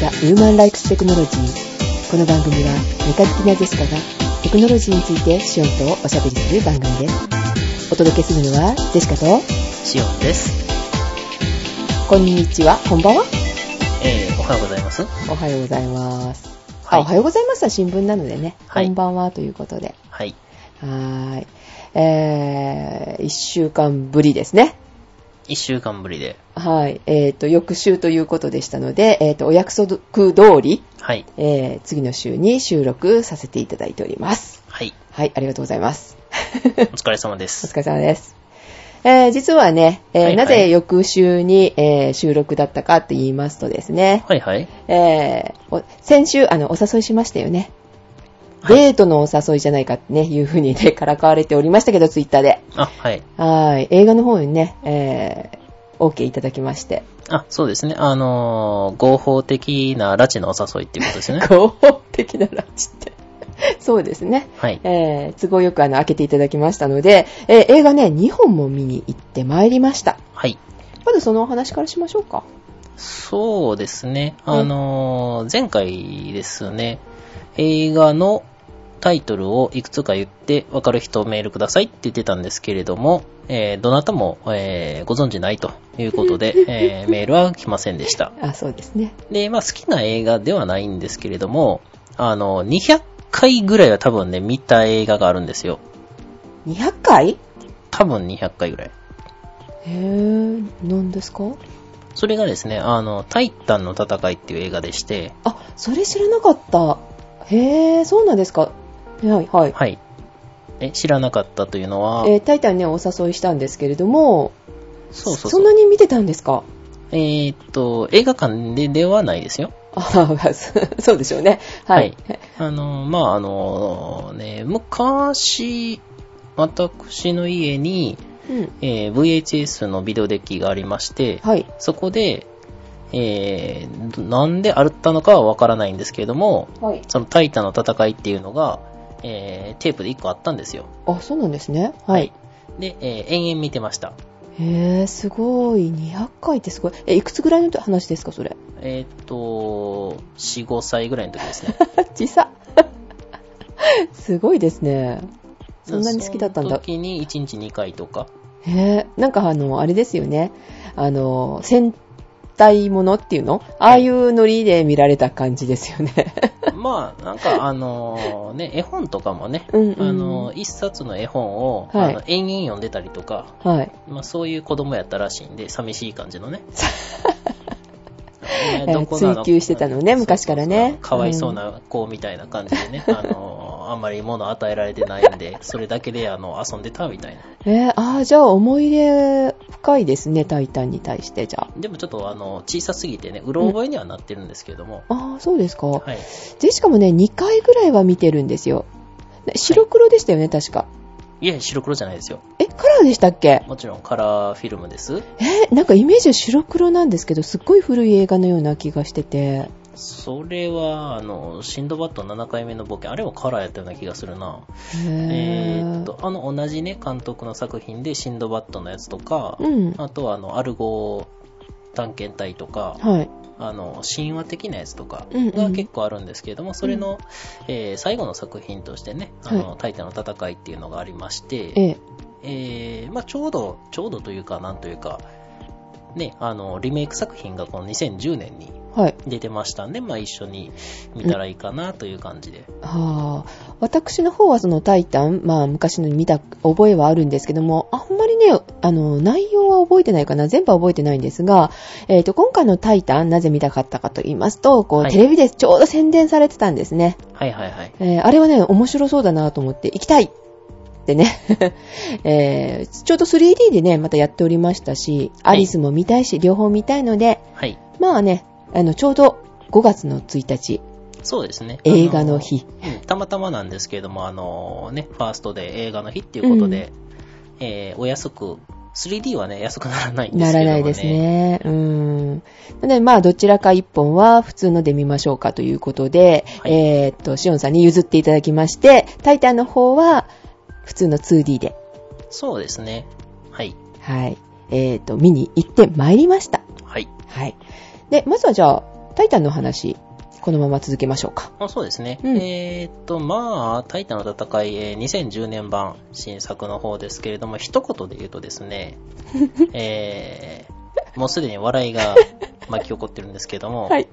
ザ・ウーマン・ライクス・テクノロジー。この番組は、メカ好きなジェシカが、テクノロジーについてシオンとおしゃべりする番組です。お届けするのは、ジェシカと、シオンです。こんにちは、こんばんは。えー、おはようございます。はおはようございます。い。あ、おはようございますは新聞なのでね、はいこんばんはということで。はい。はーい。えー、一週間ぶりですね。一週間ぶりで。はい。えっ、と、翌週ということでしたので、えっ、と、お約束通り、はい。えー、次の週に収録させていただいております。はい。はい、ありがとうございます。 お疲れ様でおす。疲れ様です。えー、実はね、えーはいはいなぜ翌週に、えー収録だったかって言いますとですね、はいはい。えーお先週、あの、お誘いしましたよね。はいデートのお誘いじゃないかってね、いうふうにね、 からかわれておりましたけど、ツイッターで。あ、はい。はい。映画の方にね、えー、OK いただきまして。あ、そうですね。あのー、合法的な拉致のお誘いっていうことです ね。合法的なランチって。 そうですね。はい。えー、都合よくあの、開けていただきましたので、えー映画ね、2本も見に行ってまいりました。はい。まずそのお話からしましょうか。そうですね。あのー、前回ですね、映画のタイトルをいくつか言って、わかる人をメールくださいって言ってたんですけれども、えー、どなたも、えー、ご存知ないということで、えー、メールは来ませんでした。あ、そうですね。で、まあ好きな映画ではないんですけれども、あの、200回ぐらいは多分ね、見た映画があるんですよ。 200回多分200回ぐらい。へぇー、何ですかそれがですね、あの、タイタンの戦いっていう映画でして、あ、それ知らなかった。へぇー、そうなんですか。はい、はい。はい。え、知らなかったというのは、えー、タイタンね、お誘いしたんですけれども、そうそそうそんう。なに見てたんですかえーっと、映画館でではないですよ。あ そうでしょうね。はい。あの、まあ、あの、ね、昔、私の家に、うん。えー VHS のビデオデッキがありまして、はい。そこで、えー、なんであったのかはわからないんですけれども、はい。そのタイタンの戦いっていうのが、えー、テープで1個あったんですよ。あ、そうなんですね。はい。。で、えー、延々見てました。へぇー、すごい。200回ってすごい。え、いくつぐらいの話ですか、それ。えーっと、4、5歳ぐらいの時ですね。小さ。すごいですね。 そんなに好きだったんそのだ。時に1日2回とか。 へぇ、なんかあの、あれですよね。あの、戦隊ものっていうのああいうノリで見られた感じですよね。まあ、なんかあのね、絵本とかもね、うんうんあの一冊の絵本を、はいあの延々読んでたりとか、 はい。まあ、そういう子供やったらしいんで、寂しい感じ のね。ねえー追求してたのね昔からねかわいそうな子みたいな感じ でね、あの、あんまり物与えられてないんで、それだけであの遊んでたみたいな。えー、ああ、じゃあ思い入れ深いですね、タイタンに対して、じゃあ。でもちょっとあの、小さすぎてね、うろ覚えにはなってるんですけれども、ああ、そうですか。はい。で、しかもね、2回ぐらいは見てるんですよ。ね白黒でしたよね、確か。いや、白黒じゃないですよ。え、カラーでしたっけもちろんカラーフィルムです。えーなんかイメージは白黒なんですけど、すっごい古い映画のような気がしてて。それは、あの、シンドバッド7回目の冒険、あれもカラーやったような気がするな。ええーっと、あの、同じね、監督の作品で、シンドバッドのやつとか、うん。あとは、あの、アルゴ探検隊とか、はい。あの、神話的なやつとかうんうんが結構あるんですけれども、それの、えー最後の作品としてね、あの、はタイタンの戦いっていうのがありまして、えええーまあちょうど、ちょうどというか、なんというか、ね、あの、リメイク作品がこの2010年にはい。出てましたんで、まあ一緒に見たらいいかなという感じで。はあ。私の方はそのタイタン、まあ昔の見た覚えはあるんですけども、あんまりね、あの、内容は覚えてないかな、全部は覚えてないんですが、えっ、と、今回のタイタン、なぜ見たかったかと言いますと、こう、はいテレビでちょうど宣伝されてたんですね。はいはいはい。えーあれはね、面白そうだなと思って、行きたいってね、 えーちょうど 3D でね、またやっておりましたし、アいリスも見たいし、両方見たいので、はい。まあね、あの、ちょうど5月の1日、そうですね。映画の日。あの。うんたまたまなんですけれども、あのね、ファーストで映画の日っていうことで、えーお安く、3D はね、安くならないんでなすけらなれどもね。いです。ね。うーん。なので、まあ、どちらか1本は普通ので見ましょうかということで、はいえーっと、シオンさんに譲っていただきまして、タイタンの方は普通の 2D で、そうですね。はい。はい、えーっと、見に行ってまいりました。はい。はい。で、まずはじゃあ、タイタンの話、このまま続けましょうか。あそうですね。うんえーっと、まあ、タイタンの戦い、えー2010年版新作の方ですけれども、一言で言うとです ね、えーもうすでに笑いが巻き起こってるんですけども、はい。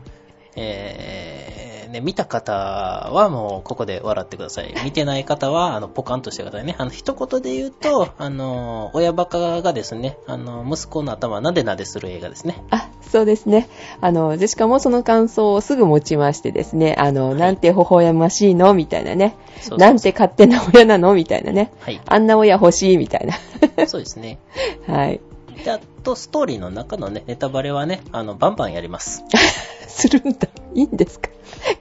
えーね、見た方はもうここで笑ってくだ さい。見てない方は、あの、ポカンとしてくださいね。あの、一言で言うと、あの、親バカがですね、あの、息子の頭なでなでする映画ですね。あ、そうですね。あの、ジェシカもその感想をすぐ持ちましてですね、あの、なんて微笑ましいのみたいなね。そうそうなんて勝手な親なのみたいなね。はい。あんな親欲しいみたいな。 そうですね。はい。で、あと、ストーリーの中のね、ネタバレはね、あの、バンバンやります。するんだ。いいんですか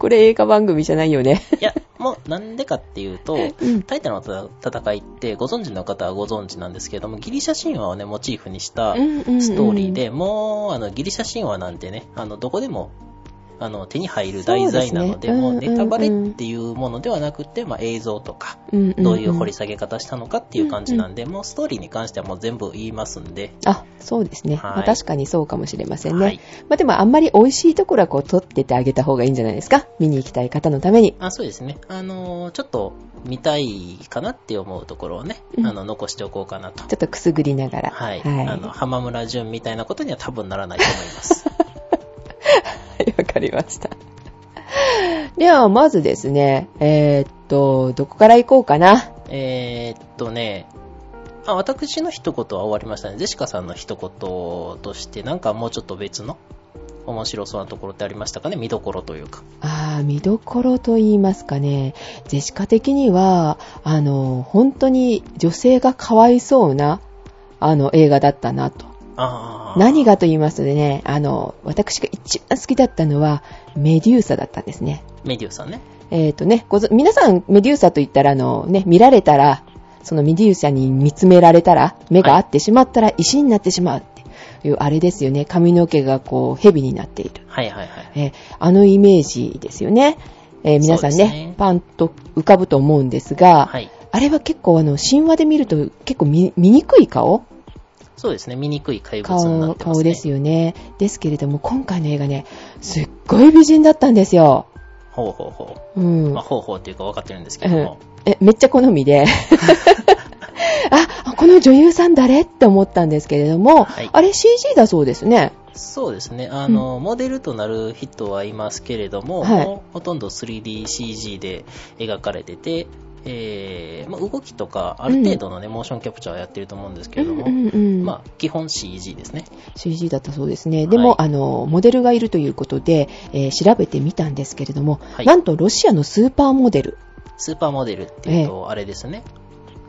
これ映画番組じゃないよね。いや、もう、なんでかっていうと、うん。タイタンの戦いって、ご存知の方はご存知なんですけれども、ギリシャ神話をね、モチーフにした、ストーリーで、もう、あの、ギリシャ神話なんてね、あの、どこでも、あの、手に入る題材なので、そうですねもううんうんうんネタバレっていうものではなくて、まあ映像とか、うん、うんんどういう掘り下げ方したのかっていう感じなんで、もうストーリーに関してはもう全部言いますんで、あ、そうですね。はいまあ確かにそうかもしれませんね。はい。まあでもあんまり美味しいところはこう取っててあげた方がいいんじゃないですか見に行きたい方のために。あ、そうですね。あのー、ちょっと見たいかなって思うところをね、うんあの、残しておこうかなと。ちょっとくすぐりながら。はい。はい。あの、浜村淳みたいなことには多分ならないと思います。はい、わかりました。 では、まずですね、えーっと、どこから行こうかな。えーっとね、あ、私の一言は終わりましたね。ジェシカさんの一言として、なんかもうちょっと別の面白そうなところってありましたかね見どころというか。あー見どころと言いますかね、ジェシカ的には、あの、本当に女性がかわいそうな、あの、映画だったなと。あー何がと言いますとね、あの、私が一番好きだったのは、メデューサだったんですね。メディウさんね。えーとね、ごぞ皆さんメデューサと言ったら、あのね、見られたら、そのメデューサに見つめられたら、目が合ってしまったら石になってしまうっていう、あれですよね、髪の毛がこう、蛇になっている。はいはいはい。えーあのイメージですよね。えー皆さんそうねですねパンと浮かぶと思うんですが、はい。あれは結構あの、神話で見ると結構見見にくい顔そうですね。醜い怪物にな顔、ってます顔ね。ですよね。ですけれども、今回の映画ね、すっごい美人だったんですよ。ほうほうほうんう。まあ、。ほうほうっていうか分かってるんですけども。え、めっちゃ好み で。あ、この女優さん誰って思ったんですけれども、はいあれ CG だそうですね。そうですね。あの、モデルとなる人はいますけれども、はいもうほとんど 3DCG で描かれてて、えーまあ、動きとか、ある程度のね、モーションキャプチャーはやってると思うんですけれども、うんうんうんまあ、基本 CG ですね。 CG だったそうですね。でも、はあの、モデルがいるということで、えー調べてみたんですけれども、はいなんとロシアのスーパーモデル。スーパーモデルっていうと、あれですね。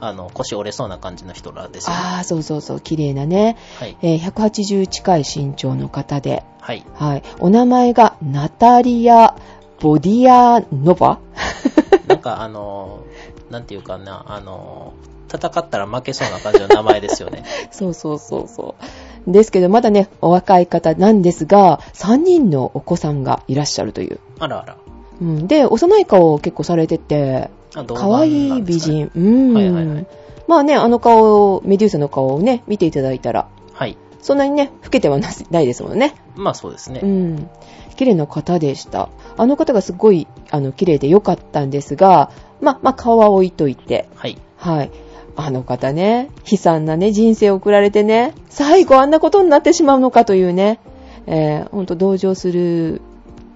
あの、腰折れそうな感じの人らですよね。ああ、そうそうそう、綺麗なね。はい。えー180近い身長の方で、はい。はい。お名前がナタリア・ボディアノバなんか、あの、なんていうかな、あの、戦ったら負けそうな感じの名前ですよね。 そうそうそうそう。ですけど、まだね、お若い方なんですが、3人のお子さんがいらっしゃるという。あらあら。うん、で、幼い顔を結構されてて、あどう可愛ないんで美すかね。人。うん、はいはいはいまあね、あの顔を、メデューサの顔をね、見ていただいたら、はい。そんなにね、老けてはなないですもんね。まあそうですねう。ん。綺麗な方でした。あの方がすごい、あの、綺麗で良かったんですが、まあ、まあ、顔は置いといて、はい。はい。あの方ね、悲惨なね、人生を送られてね、最後あんなことになってしまうのかというね、えー、ほんと同情する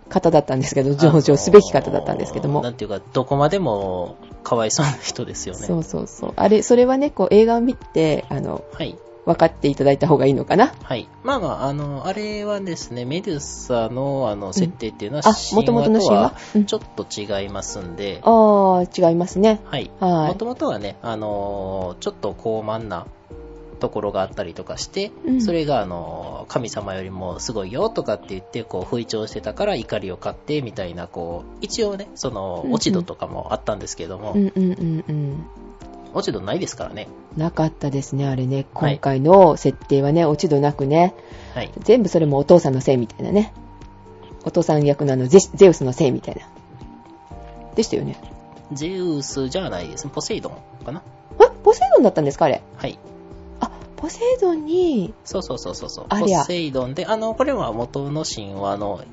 方だったんですけど、同情すべき方だったんですけどあのもな。んていうか、どこまでも、かわいそうな人ですよね。そうそうそう。あれ、それはね、こう映画を見て、あの、はい。分かっていただいた方がいいのかな。はい。まあまあ、あの、あれはですね、メデューサの、あの、設定っていうのは、あ、元々の神話うんちょっと違いますんで、ああ、違いますね。はい。はいもともとはね、あのーちょっと高慢なところがあったりとかして、うんそれが、あのー神様よりもすごいよとかって言って、こう、吹聴してたから怒りを買って、みたいな、こう、一応ね、そうのんう、ん落ち度とかもあったんですけども、うんうんうんうん。落ち度ないですからね。なかったですね、あれね。はい今回の設定はね、落ち度なくね、はい。全部それもお父さんのせいみたいなね。お父さん役のあのゼゼウスのせいみたいな。でしたよね。ゼウスじゃないですね、ポセイドンかな。あ、ポセイドンだったんですかあれ。はい。あ、ポセイドンに、そうそうそうそうそう。あポりゃセイドンで、あの、これは元の神話の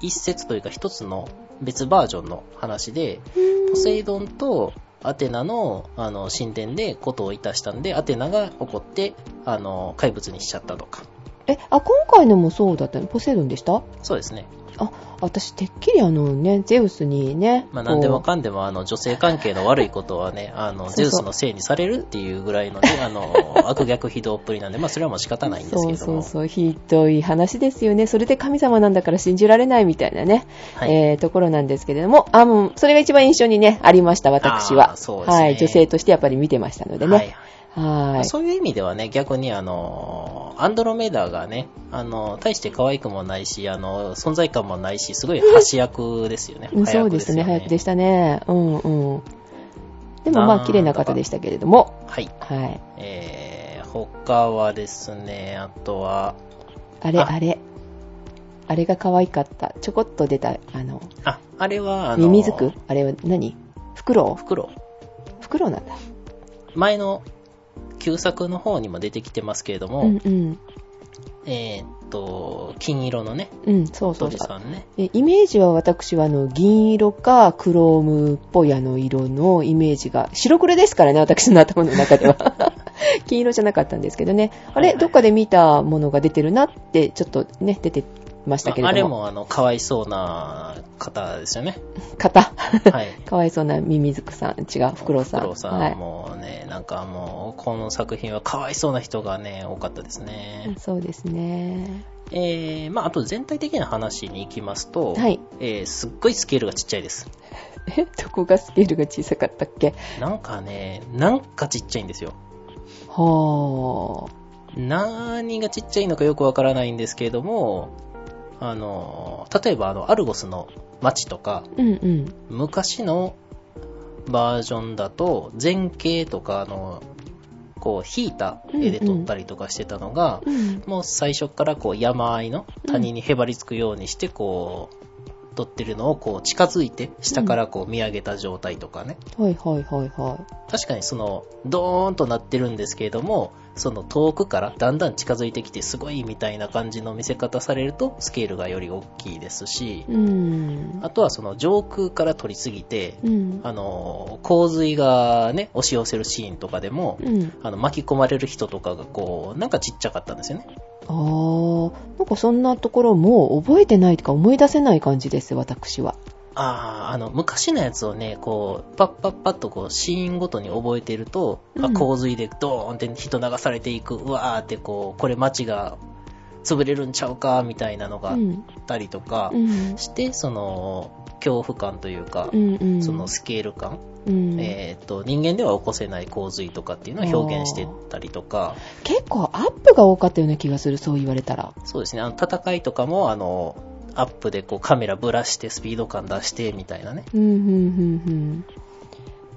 一節というか一つの別バージョンの話で、うんポセイドンとアテナの、あの、神殿でことをいたしたんで、アテナが怒って、あの、怪物にしちゃったとか。え、あ、今回のもそうだったのポセイドンでしたそうですね。あ、私、てっきりあのね、ゼウスにね、まあ、なんでもこかんでも、あの、女性関係の悪いことはね、あの、そうゼそうウスのせいにされるっていうぐらいのね、 あの、悪逆非道っぷりなんで、まあ、それはもう仕方うないんですけれどそうも。そうそう、ひどい話ですよね。それで神様なんだから信じられないみたいなね、はいえー、ところなんですけれども、あ、もう、それが一番印象にね、ありました、私は。あーそうですねはい、女性としてやっぱり見てましたのではね。いはい。まあそういう意味ではね、逆にあの、アンドロメダがね、あの、大して可愛くもないし、あの、存在感もないし、すごい橋役ですよね。うんそうですね、早くでししたね。うんうん。でもまなあ、ん綺麗な方でしたけれども、た。はい。はい。えー、他はですね、あとは、あれ、ああれ。あれが可愛かった。ちょこっと出た、あの、あ、あれは、あの、ミミズクあれは何フクロフクロウフクロウなんだ。ウ前の旧作の方にも出てきてますけれども、うんうん。えーっと、金色のね、うん、そうそ当う時そう。さんね。えイメージは私はあの銀色かクロームっぽいあの色のイメージが白黒ですからね私の頭の中で は金色じゃなかったんですけどねあれ、はいはいどっかで見たものが出てるなってちょっとね出てましたけれどもあれも、あの、かわいそうな方です よね。方はい。かわいそうなミミズクさん違うフクロウさんフクロウさん、はいもうね、なんかもう、この作品はかわいそうな人がね、多かったですね。そうですねえー、まああと全体的な話に行きますと、はいえー、すっごいスケールがちっちゃいです。えどこがスケールが小さかったっけなんかね、なんかちっちゃいんですよ。はあ何がちっちゃいのかよくわからないんですけれども、あの、例えばあの、アルゴスの街とか、うんうん昔のバージョンだと、前景とか、あの、こう、引いた絵で撮ったりとかしてたのが、うんもう最初からこう山あいの谷にへばりつくようにしてこう撮ってるのをこう近づいて下からこう見上げた状態とかね。はいはいはいは確かにそのドーンとなってるんですけれども、その遠くからだんだん近づいてきてすごいみたいな感じの見せ方されるとスケールがより大きいですしい、うんあとはその上空から撮りすぎて、うんあの、洪水がね、押し寄せるシーンとかでも、うんあの巻き込まれる人とかがこう、なんかちっちゃかったんですよね。あー、なんかそんなところもう覚えてないとか思い出せない感じです、私は。ああ、あの、昔のやつをね、こう、パッパッパッとこう、シーンごとに覚えてると、あうん洪水でドーンって人流されていく、うわーってこう、これ街が潰れるんちゃうか、みたいなのがあうっん。たりとかう、ん。して、その、恐怖感というかう、んうん。そのスケール感、うんえーっと、人間では起こせない洪水とかっていうのを表現してたりとか、結構アップが多かったような気がする、そう言われたら。そうですね、あの、戦いとかも、あの、アップでこう、カメラぶらして、スピード感出して、みたいなね。うん、うん、うん、うん。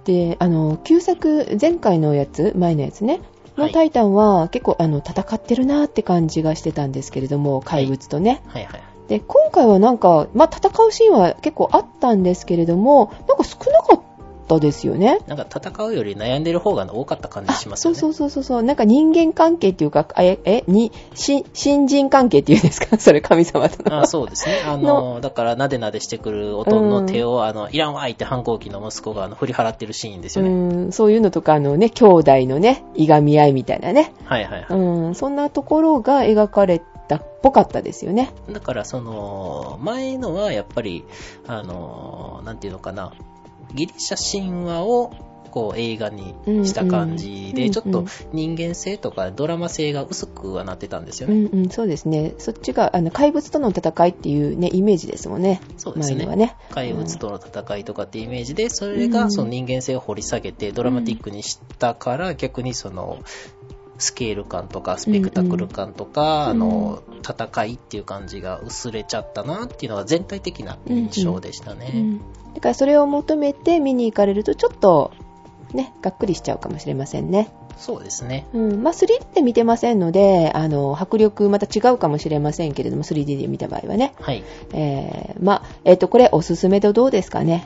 で、あの、旧作、前回のやつ、前のやつね、のはいタイタンは結構あの戦ってるなーって感じがしてたんですけれども、怪物とね。はいはい。で、今回はなんか、まあ、戦うシーンは結構あったんですけれども、なんか少なかったですよね。なんか戦うより悩んでる方が多かった感じしますそようね。そううそうそうそう、なんか人間関係っていうか、あえ、え、に、し、新人関係っていうんですか それ神様との。あそうですね。あの、だから、なでなでしてくるおとんの手を、あの、いらんわいって反抗期の息子があの振り払ってるシーンですうよね。ん、そういうのとか、あのね、兄弟のね、いがみ合いみたいなね。はいはいはうん、そんなところが描かれたっぽかったですよね。い。だから、その、前のはやっぱり、あの、なんていうのかな、ギリシャ神話を、こう映画にした感じうんうで、んちょっうとん人間性とかドラマ性が薄くはなってたんですようね。んうん、そうですね。そっちが、あの、怪物との戦いっていうね、イメージですもんね。そうです前ねのは。ね。怪物との戦いとかってイメージで、それがその人間性を掘り下げてドラマティックにしたから、逆にその、スケール感とかスペクタクル感とか、うんうんあの、戦いっていう感じが薄れちゃったなっていうのが全体的な印象でしたね。うんだからそれを求めて見に行かれるとちょっとね、がっくりしちゃうかもしれませんね。そうですね。うん。まあ 3D で見てませんので、あの、迫力また違うかもしれませんけれども、3D で見た場合はね。はい。えー、まあ、えっ、と、これおすすめとどうですかね。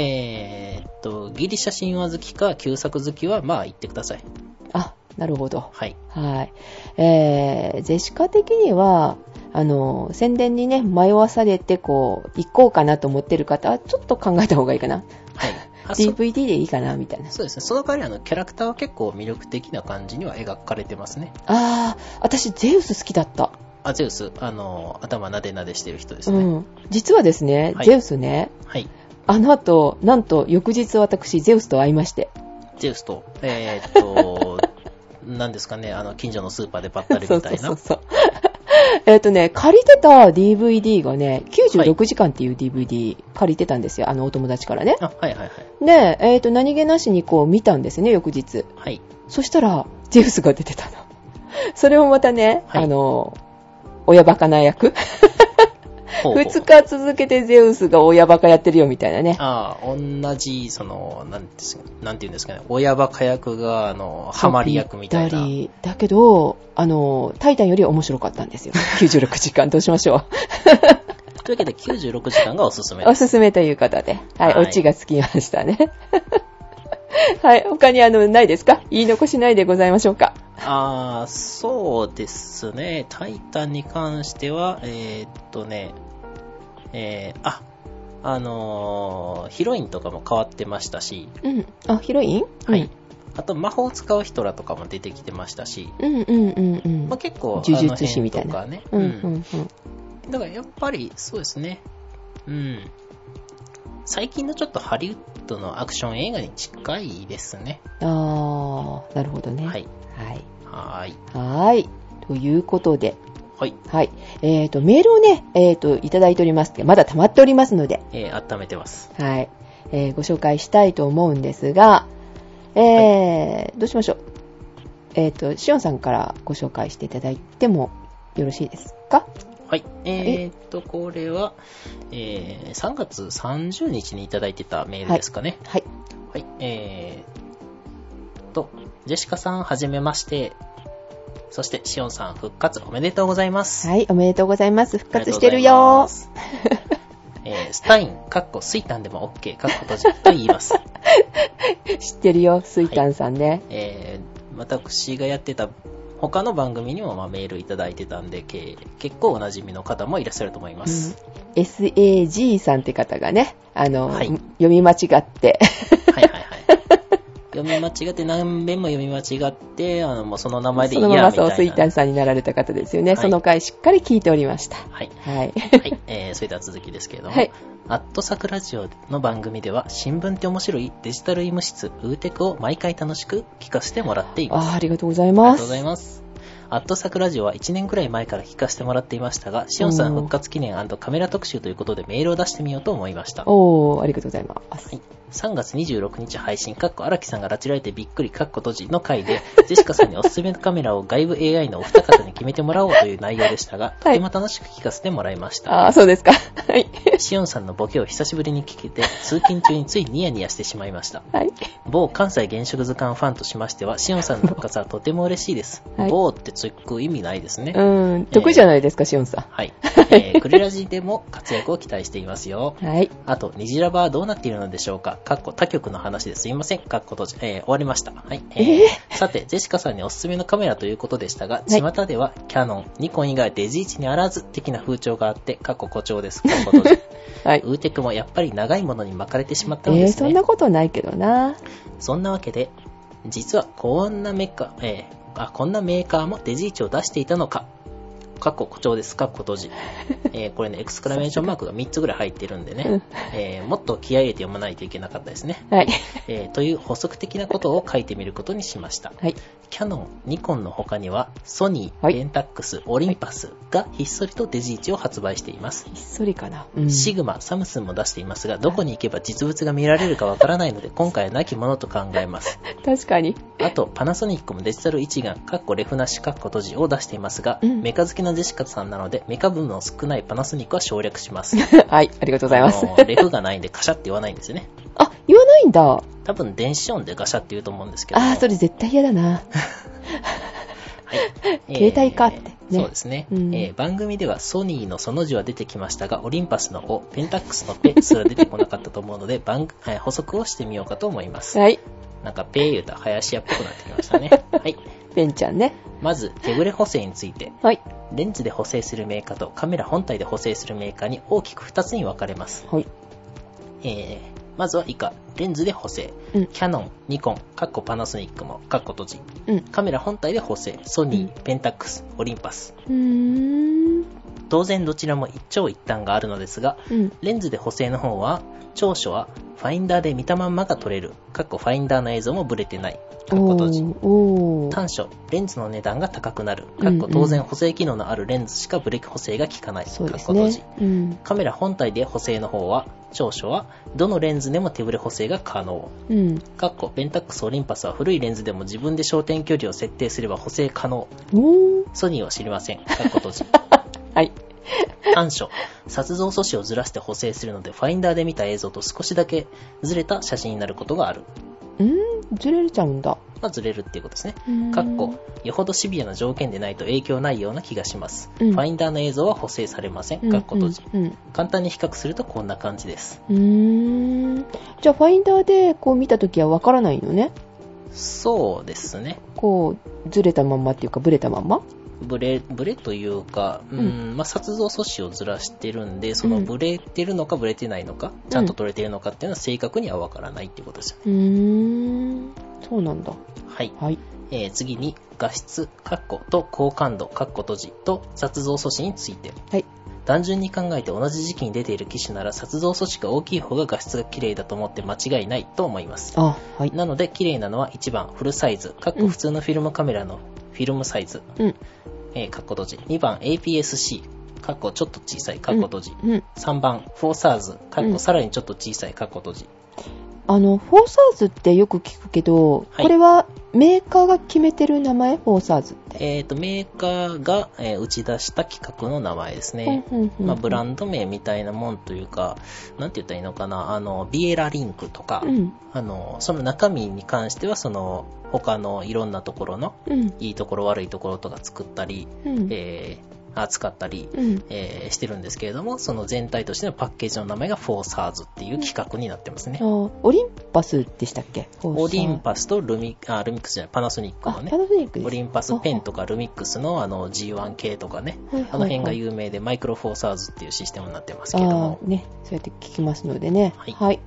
えーっと、ギリシャ神話好きか旧作好きは、まあ言ってください。あ、なるほど。はい。はい。えー、ジェシカ的には、あの、宣伝にね、迷わされて、こう、行こうかなと思ってる方は、ちょっと考えた方がいいかな。 はい。あそ DVD でいいかな、みたいな。そうですね。その代わりあの、キャラクターは結構魅力的な感じには描かれてますね。あー、私、ゼウス好きだった。アゼウス、あの、頭なでなでしてる人ですね。うん。実はですね、はいゼウスね、はい。あの後、なんと、翌日私、ゼウスと会いまして。ゼウスと、えーっと、 何ですかね、あの、近所のスーパーでばったりそうみたそういそうな。そう。 えっとね、借りてた DVD がね、96時間っていう DVD 借りてたんですよ、あのお友達からね。あ、はいはいはい。で、えっ、と、何気なしにこう見たんですね、翌日。はい。そしたら、ゼウスが出てたの。 それもまたね、はいあの、親バカな役。ほうほう2日続けてゼウスが親バカやってるよみたいなね。ああ、同じ、その、なんです、なんて言うんですかね、親バカ役が、あの、ハマり役みたいそうな。ぴったりだけど、あの、タイタンより面白かったんですよ。96時間、どうしましょというわけで、96時間がおすすめう。おですす。すめということで。はい、はいオチがつきましたね。 はい、他にあの、ないですか言い残しないでございましょうか。ああ、そうですね。タイタンに関しては、えーっとね、えー、あ、あのーヒロインとかも変わってましたし、うん。あ、ヒロインはい。あと魔法を使う人らとかも出てきてましたし、うんうんうんうん。まあ、結構、呪術師みたいなあの辺とかうんうね、んうん。だからやっぱりそうですね。うん。最近のちょっとハリウッドのアクション映画に近いですね。あー、なるほどね。はい。はい。はーい。はーい。ということで、はい。はい。えっ、と、メールをね、えっ、と、いただいております。まだ溜まっておりますので、えー、温めてます。はい。えーご紹介したいと思うんですが、えーどうしましょう。えっ、と、しおんさんからご紹介していただいてもよろしいですかはい。えー、っと、これは、えー、3月30日にいただいてたメールですかね。はい。はい。えー、と、ジェシカさん、はじめまして。そして、シオンさん、復活おめでとうございます。はい、おめでとうございます。復あり活がとしうごてざるいよま。す。えー、スタイン、カッコ、スイタンでも OK、カッコ閉じと言い ます。知ってるよ、スイタンさんね。えー、私がやってた他の番組にもまあメールいただいてたんで、け結構おなじみの方もいらっしゃると思います。 SAG さんって方がね、あの、はい読み間違って、はいはい はい。読み間違って、何遍も読み間違って、あの、もうその名前でいいそやのみまたいな。まそう、スイタンさんになられた方ですよね。はいその回しっかり聞いておりました。はい。はい。はい。えー、それでは続きですけれども、はいアットサクラジオの番組では、新聞って面白いデジタル医務室、ウーテクを毎回楽しく聞かせてもらっています。あーありがとうございありまがす。とうございます。アットサクラジオは1年くらい前から聞かせてもらっていましたが、シオンさんおー復活記念カメラ特集ということでメールを出してみようと思いました。はおー、ありがとうございます。い、3月26日配信、かっこ荒木さんが拉致られてびっくり、かっこ閉じの回で、ジェシカさんにおすすめのカメラを外部 AI のお二方に決めてもらおうという内容でしたが、とても楽しく聞かせてもらいました。ああ、そうですか。はい。シオンさんのボケを久しぶりに聞けて、通勤中についニヤニヤしてしまいました。はい。某関西現職図鑑ファンとしましては、シオンさんの復活はとても嬉しいです。はい某ってつく意味ないですね。うん、得意じゃないですか、しおんさはい。えー、クレラジでも活躍を期待していますよ。ん。はい。あと、ニジラバはどうなっているのでしょうかかっこ他局の話ですいません。かっこ閉じ、えー、終わりました。はい。えーさて、ジェシカさんにおすすめのカメラということでしたが、い巷ではキャノン、ニコン以外デジイチにあらず的な風潮があって、かっこ誇張です。かっこ閉じ。はい。ウーテクもやっぱり長いものに巻かれてしまっえたのでーすそね。んなことないけどな。そんなわけで、実はこんなメーカー、えーあ、こんなメーカーもデジイチを出していたのか。かっこ誇張です。かっこ閉じ。えーこれね、エクスクラメーションマークが3つぐらい入ってるんでね、えーもっと気合い入れて読まないといけなかったですね。はい。えーという補足的なことを書いてみることにしました。はい。キャノン、ニコンの他には、ソニー、はいペンタックス、オリンパスがひっそりとデジイチを発売しています。ひっそりかな。うん。シグマ、サムスンも出していますが、どこに行けば実物が見られるかわからないので、今回はなきものと考えます。 確かに。あと、パナソニックもデジタル一眼、カッコレフなし、カッコ閉じを出していますが、うんメカ好きなジェシカさんなので、メカ部分の少ないパナソニックは省略します。あはい。ありがとうございます。のーレフがないんでガシャって言わないんですよね。あ、言わないんだ。あ多分電子音でガシャって言うと思うんですけども。あー、それ絶対嫌だな。えー携帯かってねそうですね、うんえー番組ではソニーのその字は出てきましたが、オリンパスのお、ペンタックスのペすら出てこなかったと思うので、番えー補足をしてみようかと思います。はい。 なんかペー言うたら林家っぽくなってきましたね。はい。ペンちゃんね。まず、手ぐれ補正について。はい。レンズで補正するメーカーとカメラ本体で補正するメーカーに大きく2つに分かれます。はい。えー、まずは以下、レンズで補正。うんキャノン、ニコン、カッコパナソニックも、カッコ閉じ。うん。うカメラ本体で補正。ソニうー、ペンタックス、オリンパス。ーん。当然どちらも一長一短があるのですが、うん。レンズで補正の方は、長所は、ファインダーで見たまんまが撮れる。かっこファインダーの映像もブレてない。かっこ閉じ。ーおー。短所、レンズの値段が高くなる。うんかっうこん当然補正機能のあるレンズしかブレ補正が効かない。かっそこうです閉じね。。うん。カメラ本体で補正の方は、長所は、どのレンズでも手ブレ補正が可能。うん。かっこペンタックスオリンパスは古いレンズでも自分で焦点距離を設定すれば補正可能。おー。ソニーは知りません。かっこ 閉じ。はい。短所。撮像素子をずらして補正するので、ファインダーで見た映像と少しだけずれた写真になることがある。うん。ずれちゃうんだ。まあ、ずれるっていうことですね。うーんかっこ、よほどシビアな条件でないと影響ないような気がします。うんファインダーの映像は補正されません。うんかっこ閉じ。うん。簡単に比較するとこんな感じです。うん。うーんじゃあ、ファインダーでこう見たときはわからないのね。そうですね。こう、ずれたまんまっていうか、ぶれたまんまブレ、ブレというか、うん、まあ、撮像素子をずらしてるんで、そのうんブレてるのかブレてないのか、ちゃんと撮れてるのかっていうのは正確にはわからないっていうことですよね。うーん。そうなんだ。はい。はい。えー次に画質、カッコと高感度、カッコ閉じと撮像素子について。はい。単純に考えて同じ時期に出ている機種なら撮像素子が大きい方が画質が綺麗だと思って間違いないと思います。あ、はい。なので綺麗なのは1番フルサイズ、カッうコん普通のフィルムカメラのフィルムサイズ、うん。えーカッコ閉じ。2番 APS-C、カッコちょっと小さい、カッコ閉じ。うん。 3番フォーサーズ、カッうコんさらにちょっと小さい、カッコ閉じ。あの、フォーサーズってよく聞くけど、はいこれはメーカーが決めてる名前フォーサーズって。えっ、と、メーカーが、えー打ち出した企画の名前ですね。まあ、ブランンド名みたいなもんというか、なんて言ったらいいのかな、あの、ビエラリンクとか、うん。あの、その中身に関しては、その、他のいろんなところの、うん。いいところ悪いところとか作ったり、うん。えー、あ使ったり、うん。えーしてるんですけれども、その全体としてのパッケージの名前がフォーサーズっていう企画になってますねあ。オリンパスでしたっけオリンパパスとルミ、あ、ルミックスじゃない、パナソニックあ、のねパ、ナソニックです。オリンパスペンとかルミックスのあの G1 系とかね、はいはいはいあの辺が有名でマイクロフォーサーズっていうシステムになってますけれどあもあ、、ね。そうやって聞きますのでね。はいはい。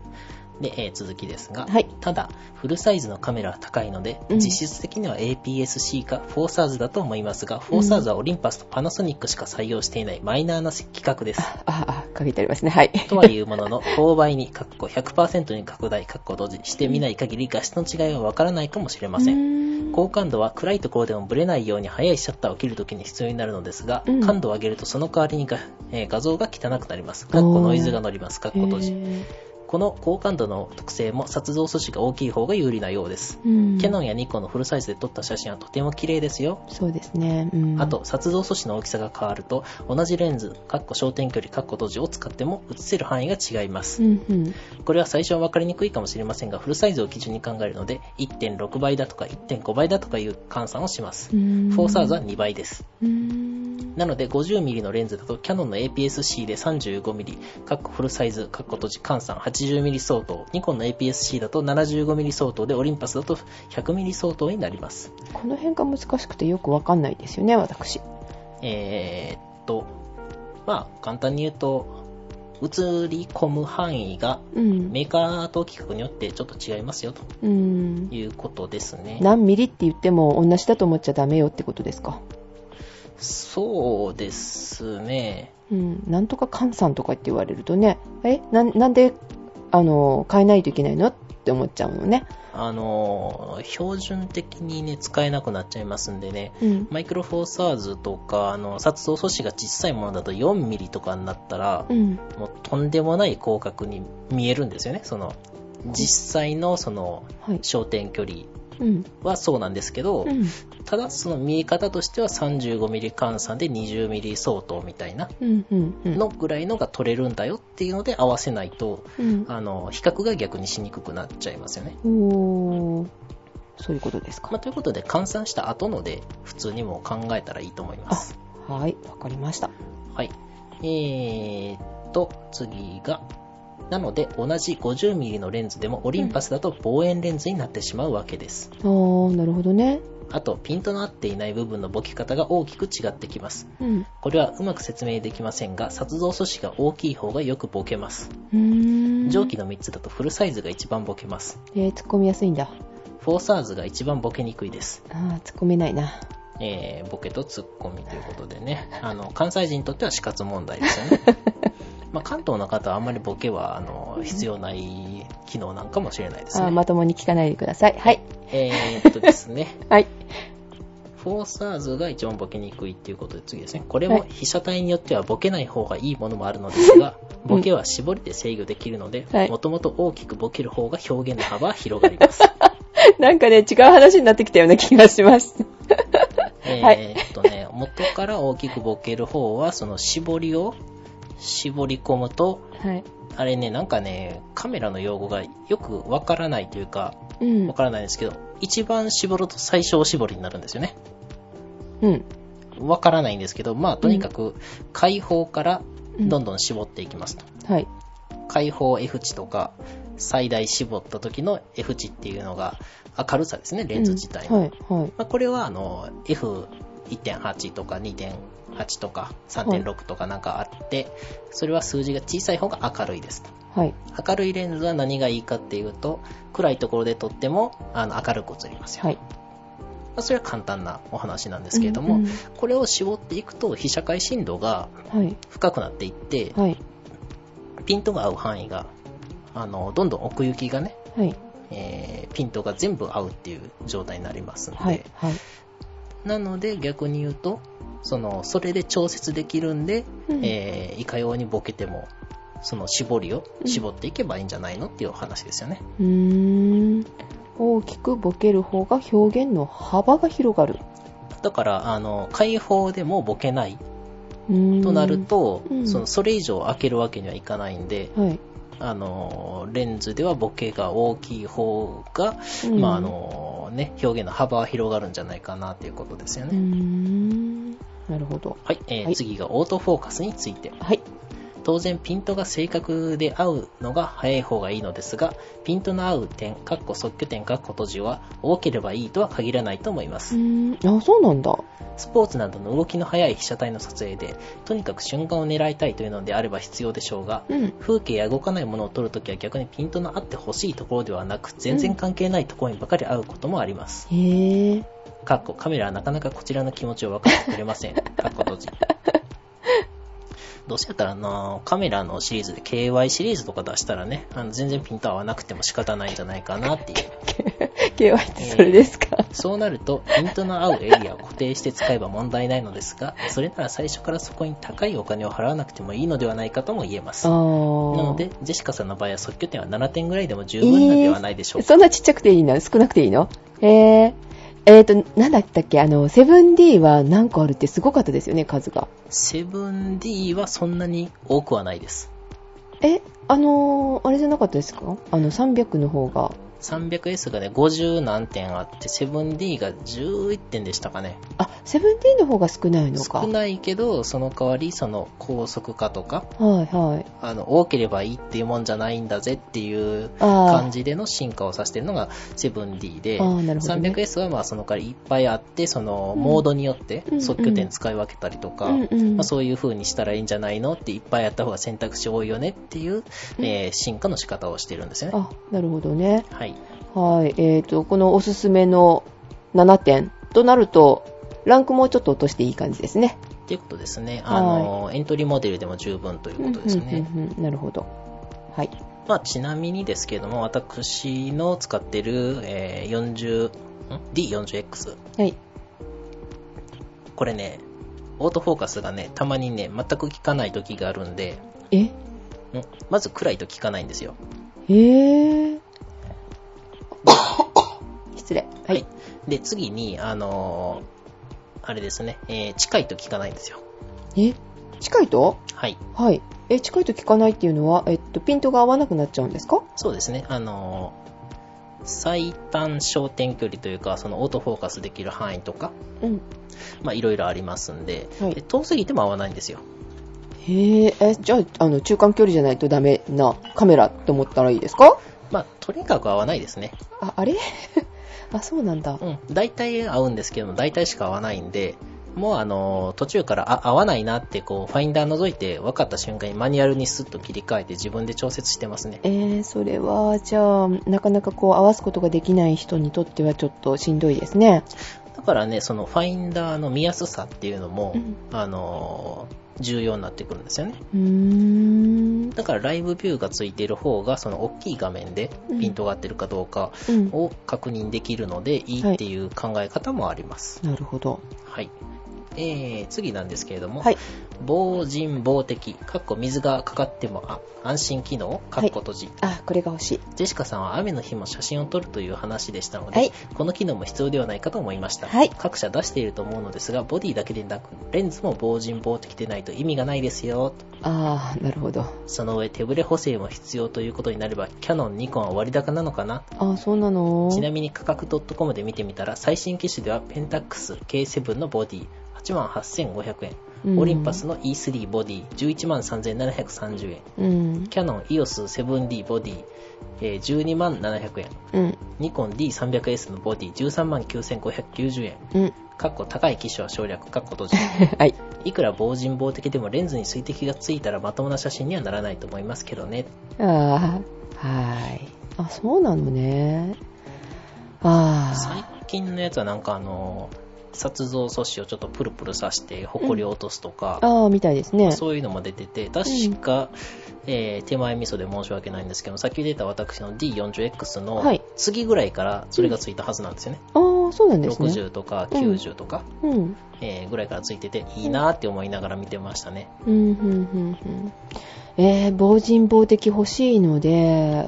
で、えー続きですが、はいただ、フルサイズのカメラは高いので、うん実質的には APS-C かフォーサーズだと思いますが、フォーサーズはオリンパスとパナソニックしか採用していないマイナーな規格で す。ああ、かけてありますね。はい。とはいうものの、4倍に、かっこ100%に拡大、かっこ閉じしてみない限り画質の違いはわからないかもしれません。ん高感度は暗いところでもブレないように速いシャッターを切るときに必要になるのですが、うん感度を上げるとその代わりにが、えー画像が汚くなります。かっこノイズが乗ります。かっこ閉じ。この高感度の特性も撮像素子が大きい方が有利なようです。キャノン。ンやニコンのフルサイズで撮った写真はとても綺麗ですよ。そうですね。うんあ、と、撮像素子の大きさが変わると、同じレンズ、かっこ焦点距離、かっこ閉じを使っても映せる範囲が違いますう。んうん。これは最初は分かりにくいかもしれませんが、フルサイズを基準に考えるので、1.6倍だとか1.5倍だとかいう換算をします。フォーサーズは2倍です。うん。なので 50mm のレンズだとキャノンの APS-C で 35mm、かっこフルサイズ、かっこ閉じ換算 80mm 相当、ニコンの APS-C だと 75mm 相当で、オリンパスだと 100mm 相当になります。この辺が難しくてよくわかんないですよね、私。えー、っと、まあ、簡単に言うと、映り込む範囲がうん。メーカーと規格によってちょっと違いますよとうん。いうことですね。何ミリって言っても同じだと思っちゃダメよってことですか。そうですね。うん。なんとか換算とかって言われるとね、え、なんなんで、あの、変えないといけないのって思っちゃうのね。あのー、標準的にね、使えなくなっちゃいますんでね。うん。マイクロフォーサーズとか、あの、殺動素子が小さいものだと4ミリとかになったらう、ん。もうとんでもない広角に見えるんですよね。その、実際のその、はい。焦点距離うん。はそうなんですけどう、ん。ただその見え方としては35ミリ換算で20ミリ相当みたいなうん。うん。うん。のぐらいのが取れるんだよっていうので合わせないと、うん。あの、比較が逆にしにくくなっちゃいますよね。おー。そういうことですまあ、か。ということで、換算した後ので、普通にもう考えたらいいと思います。はい。わかりました。はい。えーっと、次が、なので、同じ 50mm のレンズでもオリンパスだと望遠レンズになってしまうわけです。あー、なるほどね。あと、ピントの合っていない部分のボケ方が大きく違ってきます。うん。これはうまく説明できませんが、殺像素子が大きい方がよくボケます。うーん。蒸気の3つだとフルサイズが一番ボケます。えー、突っ込みやすいんだ。フォーサーズが一番ボケにくいです。ああ、突っ込めないな。えー、ボケとツッコミということでね、あの、関西人にとっては死活問題で すよね。まあ、関東の方はあんまりボケは、あの、必要ない機能なんかもしれないですあね。ーまともに聞かないでください。はい。えーっとですね、はい。フォーサーズが一番ボケにくいっていうことで次ですね。これもはい被写体によってはボケない方がいいものもあるのですが、ボケは絞りで制御できるのでは、いもともと大きくボケる方が表現の幅は広がり ます。なんかね、違う話になってきたような気がします。えーっとね、元から大きくボケる方は、その絞りを絞り込むと、はい。あれね、なんかね、カメラの用語がよくわからないというか、うんわ。からないんですけど、一番絞ると最小絞りになるんですよね。うん。わからないんですけど、まあ、とにかく、開放からうんどんどん絞っていきますと。はい。開放 F 値とか、最大絞った時の F 値っていうのが、明るさですね、レンズ自体の。うんはい。はい。まあ、これはあの F1.8 とか2.8とか3.6とかなんかあって、それは数字が小さい方が明るいですと。はい。明るいレンズは何がいいかっていうと、暗いところで撮ってもあの明るく映りますよ。はい。まあ、それは簡単なお話なんですけれどうもんうん、これを絞っていくと被写界深度がはい。深くなっていって、はい。ピントが合う範囲が、あの、どんどん奥行きがね、はい。えーピントが全部合うっていう状態になりますので、はい。はい。なので逆に言うと、その、それで調節できるんで、うんえーいかようにボケても、その絞りをうん絞っていけばいいんじゃないのっていうお話ですよね。うーん。大きくボケる方が表現の幅が広がる。だから、あの、開放でもボケないうーんとなる。と、うんその、それ以上開けるわけにはいかないんで、はい。あの、レンズではボケが大きい方が、うんまあ、あの、ね、表現の幅は広がるんじゃないかなっていうことですようね。ーん。なるほど。はい、えーはい次がオートフォーカスについて。はい。当然ピントが正確で合うのが早い方がいいのですがピントの合う点かっこ即拠点かっこ閉じは多ければいいとは限らないと思いまうすーん。あ、そうなんだ。スポーツなどの動きの速い被写体の撮影でとにかく瞬間を狙いたいというのであれば必要でしょうがうん。風景や動かないものを撮るときは逆にピントの合ってほしいところではなく全然関係ないところにばかり合うこともありますへえ。かっこカメラはなかなかこちらの気持ちを分かってくれ ません。かっこ閉じ。どうせやったらあのカメラのシリーズで KY シリーズとか出したらね、あの全然ピント合わなくても仕方ないんじゃないかなっていう。 KY ってそれですか、そうなると、ピントの合うエリアを固定して使えば問題ないのですが、それなら最初からそこに高いお金を払わなくてもいいのではないかとも言えます。あなーので、ジェシカさんの場合は即拠点は7点ぐらいでも十分なんではないでし ょうか。そんなちっちゃくていいの少なくていいのへえ。えっ、ー、と、なんだったっけあの、7D は何個あるってすごかったですよね、数が。 7D はそんなに多くはないです。え、あのーあれじゃなかったですかあの、300の方が。 300S がね、50何点あって、7D が11点でしたかね。あ、7D の方が少ないのか。少ないけど、その代わり、その高速化とか、はいはい。あの、多ければいいっていうもんじゃないんだぜっていうああ感。じでの進化をさせてるのが 7D で、あーなるほどね 300S はまあその代わりいっぱいあって、そのモードによってうん即拠点使い分けたりとか、うんうんまあ、そういう風にしたらいいんじゃないのっていっぱいあった方が選択肢多いよねっていう、えー進化の仕方をしてるんですよね。あ、なるほどね。はい。はい。えっ、ー、と、このおすすめの7点となると、ランクもちょっと落としていい感じですね。っていうことですね。あの、エントリーモデルでも十分ということですね。うんうんうんうんなるほど。はい。まあ、ちなみにですけれども、私の使ってる、えー、40、ん D40X。はい。これね、オートフォーカスがね、たまにね、全く効かない時があるんで、えんまず暗いと効かないんですよ。 へえ。失礼。はい。で、次に、あのーあれですね、えー近いと効かないんですよ。え近いとはい。はい。え、近いと聞かないっていうのは、えっと、ピントが合わなくなっちゃうんですかそうですね、あのー最短焦点距離というか、そのオートフォーカスできる範囲とか、うん。まあ、いろいろありますんで、はいで遠すぎても合わないんですよ。へえ、え、じゃあ、あの、中間距離じゃないとダメなカメラと思ったらいいですかまあ、とにかく合わないですね。あ、あれ あ、そうなんだ。うん、大体合うんですけども、大体しか合わないんで、もうあの、途中から、あ、合わないなって、こう、ファインダー覗いて、分かった瞬間にマニュアルにスッと切り替えて自分で調節してますね。えー、それは、じゃあ、なかなかこう、合わすことができない人にとってはちょっとしんどいですね。だからね、そのファインダーの見やすさっていうのも、うんあの、重要になってくるんですよね。うーん。だからライブビューがついている方が、その大きい画面でうんピントが合ってるかどうかうん。を確認できるので、いいっていう考え方もあります。なるほど。はい。えー、次なんですけれども、はい。防塵防滴、かっこ水がかかってもあ安心機能、かっこ閉じ。あ、これが欲しい。ジェシカさんは雨の日も写真を撮るという話でしたので、はいこの機能も必要ではないかと思いました。はい各社出していると思うのですが、ボディだけでなく、レンズも防塵防滴でないと意味がないですよ。あー、なるほど。その上、手ブレ補正も必要ということになれば、キャノン、ニコンは割高なのかなあー、そうなのちなみに価格 .com で見てみたら、最新機種ではペンタックス K7 のボディ、88,500円。うんオリンパスの E3 ボディ、113,730円。うん。キャノン EOS7D ボディ、えー127,000円。うん。ニコン D300S のボディ、139,590円。うん。 かっこ高い機種は省略、かっこ閉じ。はい。いくら防塵防滴でもレンズに水滴がついたらまともな写真にはならないと思いますけどね。あー、はーい。あ、そうなのね。最あ近のやつはなんかあの、撮像素子をちょっとプルプルさして、埃を落とすとかー、、あー、みたいですね。そういうのも出てて、確か、えー手前味噌で申し訳ないんですけど、さっき出た私の D40X のはい次ぐらいからそれがついたはずなんですよね。あー、そうなんですね。 60とかうん90とか、うん。えーぐらいからついてて、いいなーって思いながら見てましたね。うん、うん、うん、うん。えー、防塵防滴欲しいので、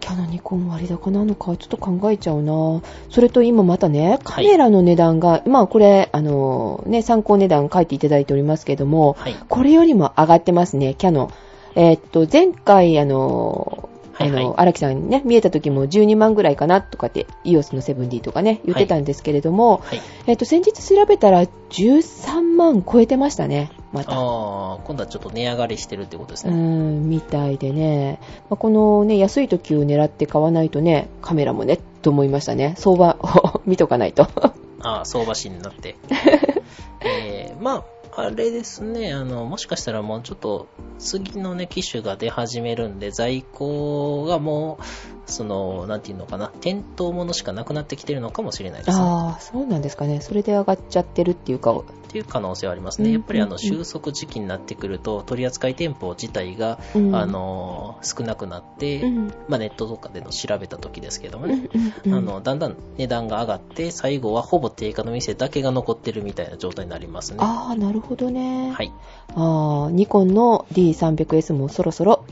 キャノンニコン割高なのか、ちょっと考えちゃうな。それと今またね、カメラの値段が、まあこれ、あのね、参考値段書いていただいておりますけども、はい。これよりも上がってますね、キャノン。えーっと、前回、あのはあいはいの、荒木さんにね、見えた時も12万ぐらいかなとかって、EOS の 7D とかね、言ってたんですけれども、はい。えーっと、先日調べたら13万超えてましたね、また。あー、今度はちょっと値上がりしてるってことですうーね。ん、みたいでね、まあ、このね、安い時を狙って買わないとね、カメラもね、と思いましたね。相場を 見とかないと。あー、相場師に なって。えー、まあ、あれですね、あの、もしかしたらもうちょっと、次のね、機種が出始めるんで、在庫がもう、その、なんていうのかな、店頭ものしかなくなってきてるのかもしれないですね。ああ、そうなんですかね。それで上がっちゃってるっていうか、っていう可能性はありますうね。んやっぱりあうんうのん収束時期になってくると、取扱店舗自体が、うんあの、少なくなって、うんまあネットとかでの調べた時ですけどもうね、んうんうんあの、だんだん値段が上がって、最後はほぼ定価の店だけが残ってるみたいな状態になりますね。ああ、なるほどね。はい。ああ、ニコンの D300S もそろそろ、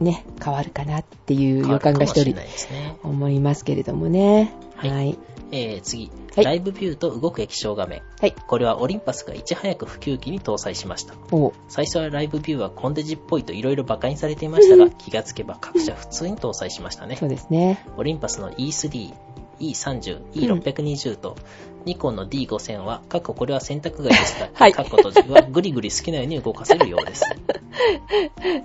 ね、変わるかなっていう予感がしてお変りわるかもしれないですね。思いますけれどもね。はいはい。えー、次、はいライブビューと動く液晶画面。はい。これはオリンパスがいち早く普及機に搭載しました。おう最初はライブビューはコンデジっぽいと色々馬鹿にされていましたが、気がつけば各社普通に搭載しましたねそ。うですね。オリンパスの E3、E30、うん E620 と、ニコンの D5000 は、過去これは選択外でした。 はい過去とじはぐりぐり好きなように動かせるようです。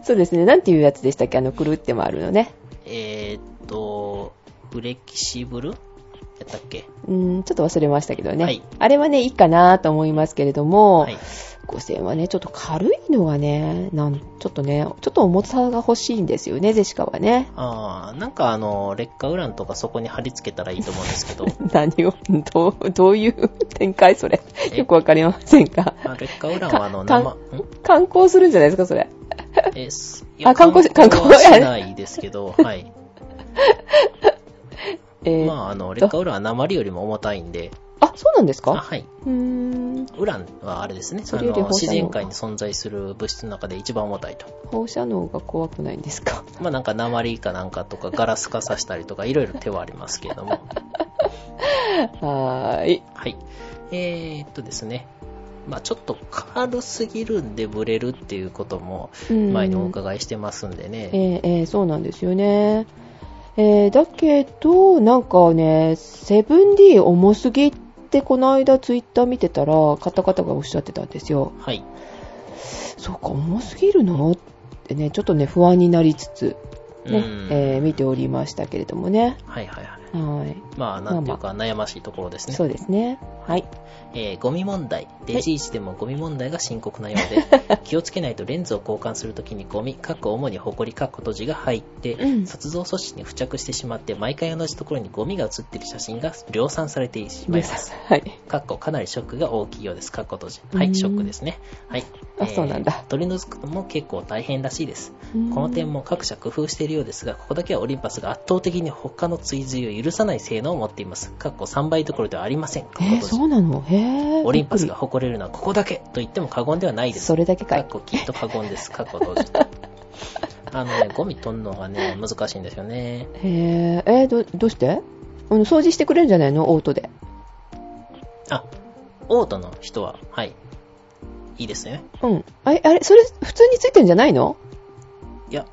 そうですね。なんていうやつでしたっけあの、くるって回るのね。えーっと、フレキシブルやったっけうーん、ちょっと忘れましたけどね。はいあれはね、いいかなと思いますけれども、はい。 5000はね、ちょっと軽いのがね、なん、ちょっとね、ちょっと重さが欲しいんですよね、ゼシカはね。 あー、なんかあの、劣化ウランとかそこに貼り付けたらいいと思うんですけ ど、何を、どう、どういう展開それ。えよくわかりませんか。あ劣化ウランはあの、か生、ん観光するんじゃないですか、それ。えすいあ観光しは観光しないですけど、はい。えーまあ、あの、劣化ウランは鉛よりも重たいんで、あ、そうなんですあ、かはい。うーん、ウランはあれですね、そあれよりの放射自能然界に存在する物質の中で一番重たいと。放射能が怖くないんですか。 まあなんか鉛かなんかとかガラス化さしたりとかいろいろ手はありますけれども。 はーい。はい。えー、っとですね。まあちょっと軽すぎるんでブレるっていうこともうん前にお伺いしてますんでね。ええええそうなんですよね。えーだけど、なんかね、セブン D 重すぎってこの間ツイッター見てたら、方々がおっしゃってたんですよ。はい。そうか、重すぎるのってね、ちょっとね、不安になりつつ、ねうんえー見ておりましたけれどもね。はいはいはい。はい。まあ、なんていうか悩ましいところですね。そうですね。はい。えーゴミ問題。デジイチでもゴミ問題が深刻なようで、気をつけないとレンズを交換するときにゴミ、かっこ主にホコリ、かっこ閉じが入って、うん撮像素子に付着してしまって、毎回同じところにゴミが写っている写真が量産されてしまいます。はい。かっこかなりショックが大きいようです。かっこ閉じ。うんはい、ショックですね。はい。あそうなんだ取り除くのも結構大変らしいです。ここの点も各社工夫しているようですが、ここだけはオリンパスが圧倒的に他の追随を許さない性能を持っています。かっこ3倍どころではありません。かっこえ閉ー、じそうなのへぇオリンパスが誇れるのはここだけと言っても過言ではないです。それだけかかいっ。こきっと過言です。かっこ 閉じ。あのね、ゴミ取るのがね、難しいんですよね。へぇえー、ど、どうしてあの、掃除してくれるんじゃないのオートで。あ、オートの人は、はい。いいですね。うん。あれ、あれ、それ、普通についてんじゃないのいや、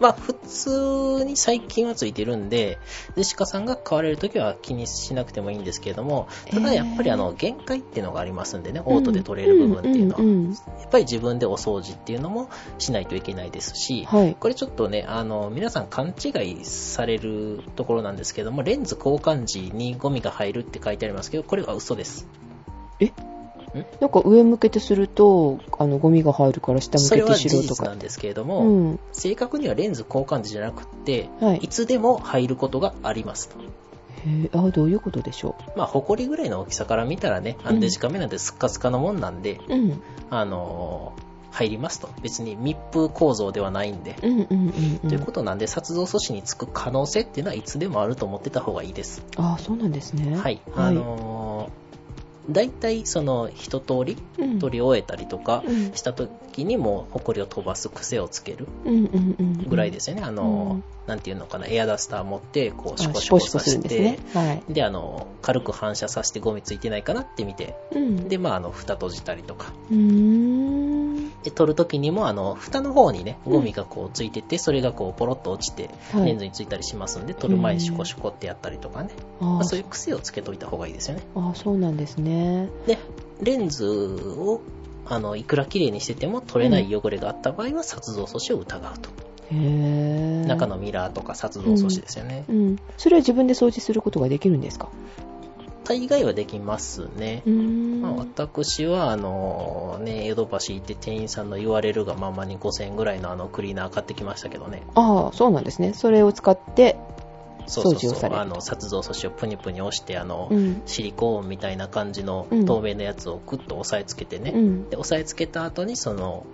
まあ、普通に最近はついてるんで、ジェシカさんが買われるときは気にしなくてもいいんですけれども、ただやっぱりあの、限界っていうのがありますんでね、オートで取れる部分っていうのは。んんんやっぱり自分でお掃除っていうのもしないといけないですし、はいこれちょっとね、あの、皆さん勘違いされるところなんですけども、レンズ交換時にゴミが入るって書いてありますけど、これは嘘です。なんか上向けてすると、あの、ゴミが入るから下それ向けはて事しろと実なか。んですけれどうも、ん。正確にはレンズ交換時じゃなくって、はいい、つでも入ることがありますと。へぇあー、どういうことでしょまあ、ホコリぐらいの大きさから見たらね、アンデジカメなんてスッカスカのもんなんで、う。うん。あのー入りますと。別に密封構造ではないんで。うんうんうん、うん。ということなんで、殺像阻止につく可能性っていうのはいつでもあると思ってた方がいいです。ああ、そうなんですね。はい。あのー、大体その一通りうん取り終えたりとかうんした時にもう埃を飛ばす癖をつけるうんうんうんうんぐらいですよね。あうのんー、なんていうのかな、エアダスター持って、こう、シあコシシココシコさするせんですてね。、はい。で、あのー、軽く反射させてゴミついてないかなって見て、うん。で、まあ、あの、蓋閉じたりとか。うーん。で、取る時にも、あの、蓋の方にね、ゴミがこうついてて、それがこう、ポロッと落ちて、はいレンズについたりしますんで、取る前にシュコシュコってやったりとかね。あまああ、そういう癖をつけといた方がいいですよね。ああ、そうなんですね。で、レンズを、あの、いくら綺麗にしてても取れない汚れがあった場合は、殺像素子を疑うと。へえ。中。のミラーとか殺像素子ですよね。うん。それは自分で掃除することができるんですか大概はできますねう。ーん。まあ、私は、あの、ね、ヨドバシ行って店員さんの言われるがままに5000円ぐらいのあのクリーナー買ってきましたけどね。ああ、そうなんですね。それを使って、そうそう掃除をそさう。れるあの、殺像素子をプニプニ押して、あの、うん。シリコーンみたいな感じのうん透明なやつをグッと押さえつけてね。うん。で、押さえつけた後にその、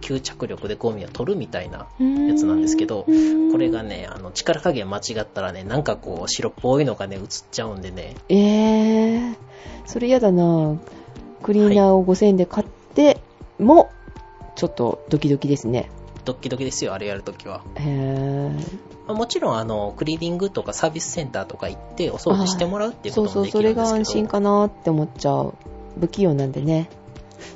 吸着力でゴミを取るみたいなうんやつなんですけど、うんこれがね、あの、力加減間違ったらね、なんかこう、白っぽいのがね、映っちゃうんでね、ええそれ嫌だなクリーナーを5000円で買っても、ちょっとドキドキですね。ドッキドキですよ、あれやるときは。へえまあもちろん、あの、クリーニングとかサービスセンターとか行って、お掃除してもらうっていうこそうとそもう、できそるれんでがすけど、安心かなって思っちゃう。不器用なんでね。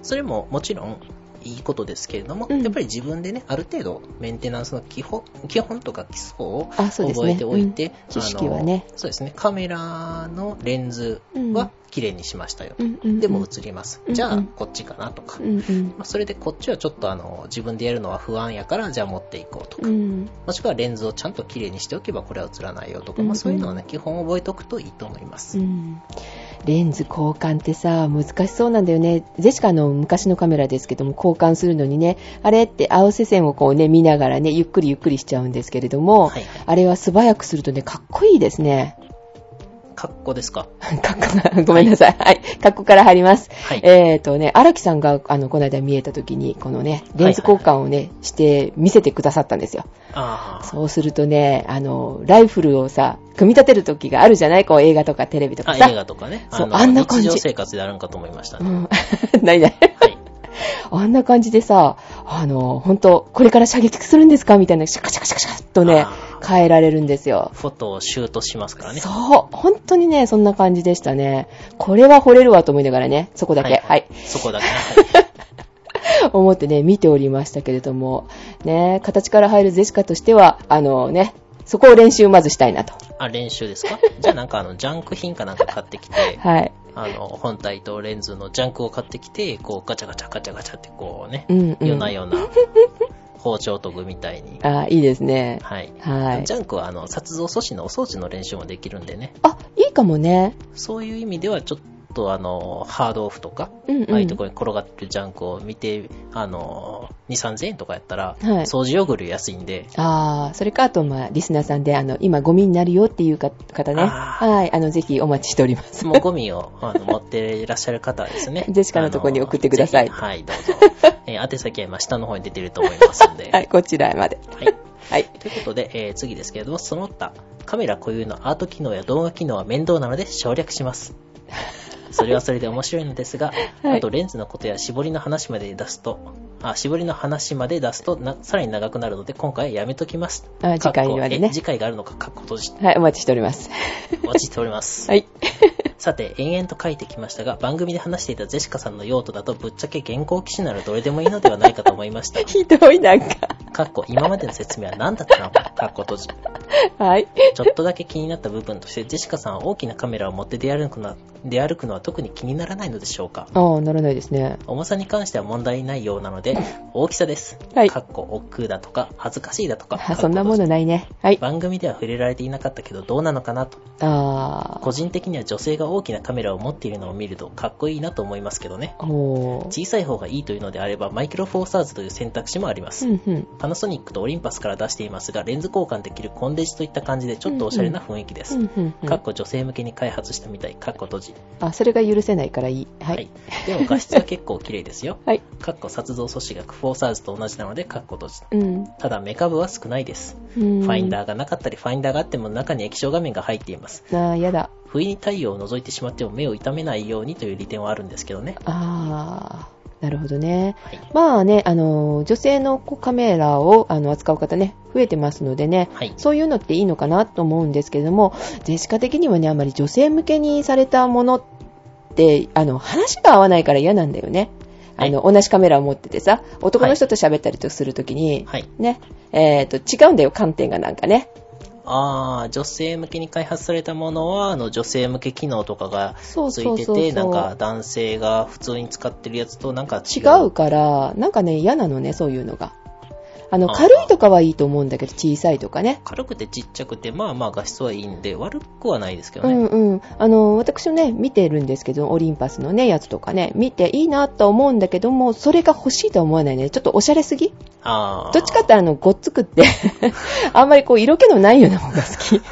それももちろん、いいことですけれども、うんやっぱり自分でね、ある程度、メンテナンスの基本、基本とか基礎をあ、そうですね。覚えておいて、うん知識はねあのそうですね、カメラのレンズは綺麗にしましたよ。うん、うんうんうん、でも映ります。うんじゃうあ、んこっちかなとか。うんうん。まあ、それでこっちはちょっとあの、自分でやるのは不安やから、じゃあ持っていこうとか。うん。もしくはレンズをちゃんと綺麗にしておけばこれは映らないよとか、うんうまんあ、そういうのはね、基本覚えておくといいと思います。うんレンズ交換ってさ、難しそうなんだよね。ジェシカの昔のカメラですけども、交換するのにね、あれって青瀬線をこうね、見ながらね、ゆっくりゆっくりしちゃうんですけれども、はい。あれは素早くするとね、かっこいいですね。 格好ですかかっこが、ごめんなさい。はい。かっこから入ります。はい。えーとね、荒木さんが、あの、この間見えた時に、このね、レンズ交換をね、して、見せてくださったんですよ。ああ。そうするとね、あの、ライフルをさ、組み立てる時があるじゃないこう、映画とかテレビとかあ、さ。映画とかね。そうのあんな感じ日常生活であるんかと思いましたうね。ん。 ないない。はい。あんな感じでさ、あの、ほんと、これから射撃するんですかみたいな、シャカシャカシャカシャっとねあ、変えられるんですよ。フォトをシュートしますからね。そう、本当にね、そんな感じでしたね。これは惚れるわと思いながらね、そこだけ、はい、そこだけね。 思ってね、見ておりましたけれども、ね、形から入るゼシカとしては、あのね、そこを練習まずしたいなと。はいあ、練習ですかじゃあなんかあの、ジャンク品かなんか買ってきて、はい。あの、本体とレンズのジャンクを買ってきて、こう、ガチャガチャガチャガチャってこうねう、ん、うん。夜な夜な、包丁研ぐみたいに。あーいいですね。はい。はいジ。ャンクは、あの、殺像阻止のお装置の練習もできるんでね。あ、いいかもね。そういう意味では、ちょっと、あの、ハードオフとか、うんうん。ああいうところに転がってるジャンクを見て、あの、2、3000円とかやったら、はい掃除用具類安いんで、ああ、それか、あと、まあ、リスナーさんで、あの、今、ゴミになるよっていうか方ね。あはい。あの、ぜひお待ちしております。もうゴ ミをあの持っていらっしゃる方はですね。ジェシカのとこに送ってくださいあのぜひはい、ど うぞ。えー宛先は今下の方に出てると思いますんで。はい、こちらまで。はいはい。ということで、えー次ですけれども、その他、カメラ固有のアート機能や動画機能は面倒なので省略 します。それはそれで面白いのですが、はいあとレンズのことや絞りの話まで出すと、あ、絞りの話まで出すとな、さらに長くなるので、今回はやめときます。あ次回にはねかっこえ次回があるのか、かっこ閉じ、はい、お待ちしております。落ちております。はい。 さて、延々と書いてきましたが、番組で話していたジェシカさんの用途だと、ぶっちゃけ現行機種ならどれでもいいのではないかと思いました。ひどい、なんか。かっこ、今までの説明は何だったのか、かっこ閉じ。はい。ちょっとだけ気になった部分として、ジェシカさんは大きなカメラを持って出歩くのは出歩くのは特に気にならないのでしょうかああ、ならないですね。重さに関しては問題ないようなので、大きさです。はいかっこ、億劫だとか、恥ずかしいだとか。あそんなものないね。はい。番組では触れられていなかったけど、どうなのかなと。あ個人的には女性が大きなカメラを持っているのを見ると、かっこいいなと思いますけどね。あ。おー。小さい方がいいというのであればマイクロフォーサーズという選択肢もありまうす、んうん。パナソニックとオリンパスから出していますがレンズ交換できるコンデジといった感じでちょっとおしゃれな雰囲気です、うんうんうかんっ。こ女性向けに開発したみたいかっこ閉じ、あ、それが許せないからいい。ははいい。、でも画質は結構綺麗ですよ はい。かっこ殺像阻止がフォーサーズと同じなのでかっこ閉じうん。ただメカブは少ないですファファインー。ダーがなかったりファインダーがあっても中に液晶画面が入っていますああ、やだ。不意に太陽を覗いてしまっても目を痛めないようにという利点はあるんですけどねああ。なるほどね。はい、まあね、あの、女性のこうカメラをあの扱う方ね、増えてますのでね、はい、そういうのっていいのかなと思うんですけれども、ジェシカ的にはね、あまり女性向けにされたものって、あの、話が合わないから嫌なんだよね。あの、同じカメラを持っててさ、男の人と喋ったりとするときに、はいね、えっ、と、違うんだよ、観点がなんかね。ああ、女性向けに開発されたものは、あの、女性向け機能とかがそうつそいうてそうそう。て、なんか男性が普通に使ってるやつとなんか違違う。うから、なんかね、嫌なのね、そういうのが。あの、あー軽いとかはいいと思うんだけど、小さいとかね。軽くてちっちゃくて、まあまあ画質はいいんで、悪くはないですけどうね。んうん。あの、私もね、見てるんですけど、オリンパスのね、やつとかね、見ていいなとは思うんだけども、それが欲しいとは思わないね。ちょっとおしゃれすぎああ。どっちかってあの、ごっつくって、 あんまりこう、色気のないような方が 好き。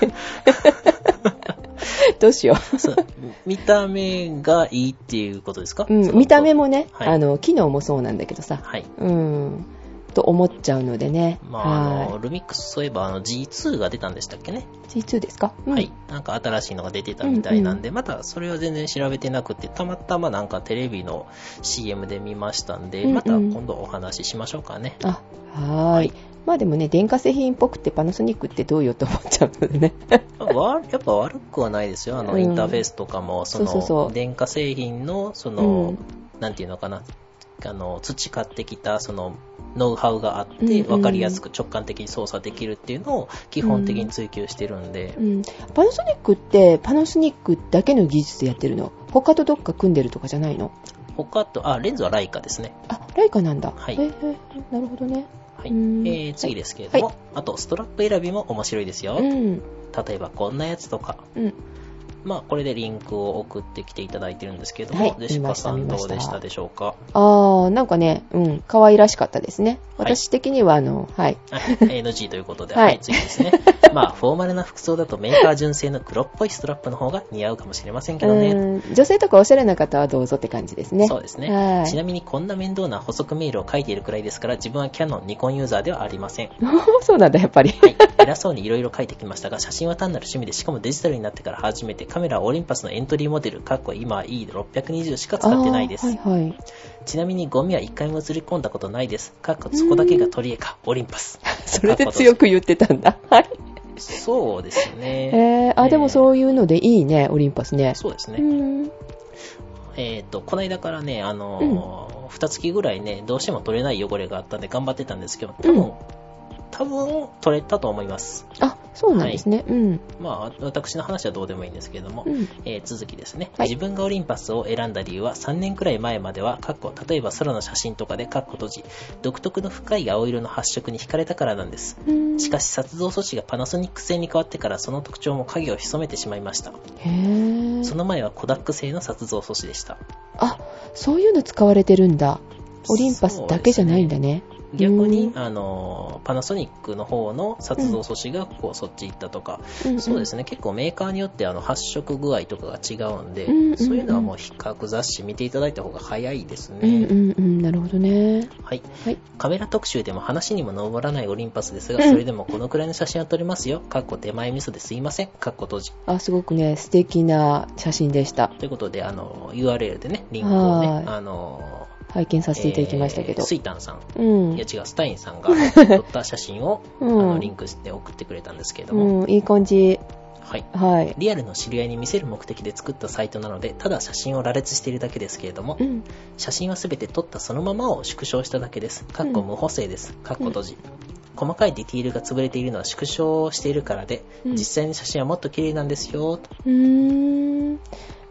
どうしよそう見た目がいいっていうことですかう。うん、見た目も。もね、はいあの、機能もそうなんだけどさ、はい。うん、と思っちゃうのでね。まあ、あはの、ルミックス、そういえば、あの、G2 が出たんでしたっけね、い。G2 ですか、うんはい。なんか新しいのが出てたみたいなんで、まだそれは全然調べてなくて、たまたまなんかテレビの CM で見ましたんで、うんうんまた今度お話ししましょうかね。あ、はーい。まあでもね、電化製品っぽくてパナソニックってどうよと思っちゃうのでね。わやっぱ悪くはないですよ。あうの、んインターフェースとかも、そそうそうその、う電化製品の、そのう、なんていうのかな、あの、培ってきた、その、ノウハウがあっうんうて、んわかりやすく直感的に操作できるっていうのを基本的に追求してるんでう、ん、 パナソニックってパナソニックだけの技術でやってるの他とどっか組んでるとかじゃないの他と、あ、レンズはライカですね。あライカなんだ、はいへへなるほどねはい。えうんー、次ですけれども、はあと、ストラップ選びも面白いですよ。うん例えばこんなやつとか、うんまあ、これでリンクを送ってきていただいてるんですけれどはもい、デシカさん見まどしうたでしたでしょうかあーなんかねうん可愛らしかったですねはい私的にはあのはい、はい NG ということで、はいはい、次ですね。まあ、フォーマルな服装だとメーカー純正の黒っぽいストラップの方が似合うかもしれませんけどね。うん女性とかおしゃれな方はどうぞって感じですねそうですねは。ちないみにこんな面倒な補足メールを書いているくらいですから、自分はキャノン、ニコンユーザーではありませ ん。そうなんだやっぱりはい、偉そうにいろいろ書いてきましたが、写真は単なる趣味で、しかもデジタルになってから初めて、カメラはオリンパスのエントリーモデル、かっこ今 E620 しか使ってないです。あーはい はいちなみにゴミは一回も映り込んだことないです。かっこそこだけが取り柄か、オリンパス。 それで強く言ってたんだ はいそうですえね。ー、あでもそういうのでいいねオリンパスねそうですうね。んえっ、と、この間からね、あのー、二、月ぐらいね、どうしても取れない汚れがあったんで頑張ってたんですけど、多分、うん多分取れたと思います。あそうなんですね。うん。まあ、私の話はどうでもいいんですけれども、うんえー続きですね、はい自分がオリンパスを選んだ理由は3年くらい前までは、かっこ例えば空の写真とかで、かっこ閉じ、独特の深い青色の発色に惹かれたからなんです。うん。しかし、殺動措置がパナソニック製に変わってから、その特徴も影を潜めてしまいましへた。え。その前はコダック製の殺動素子でした。あ、そういうの使われてるんだ。オリンパスだけじゃないんだね。逆にう、んあの、パナソニックの方の殺動素子が、こう、そっち行ったとか、そうですね。ね、結構メーカーによってあの発色具合とかが違うんで、うんうんうんそういうのはもう比較雑誌見ていただいた方が早いですうね。んうんうん、なるほどね。はい。はい。カメラ特集でも話にも上らないオリンパスですが、うんそれでもこのくらいの写真は撮れますよ。かっこ手前ミスですいません。かっこ閉じ。あ、すごくね、素敵な写真でした。ということで、あの、URL でね、リンクをはねい、あの、拝見させていただきましたけえどー。スイタンさん、うんいや。違う、スタインさ んが撮った写真を、うんあのリンクして送ってくれたんですけれども、うん、いい感じ。はい。はい。リアルの知り合いに見せる目的で作ったサイトなので、ただ写真を羅列しているだけですけれどもう、ん。写真はすべて撮ったそのままを縮小しただけです。かっこ無補正です。かっこ閉じ。細かいディティールが潰れているのは縮小しているからで、うん実際の写真はもっと綺麗なんですよ、と。うーん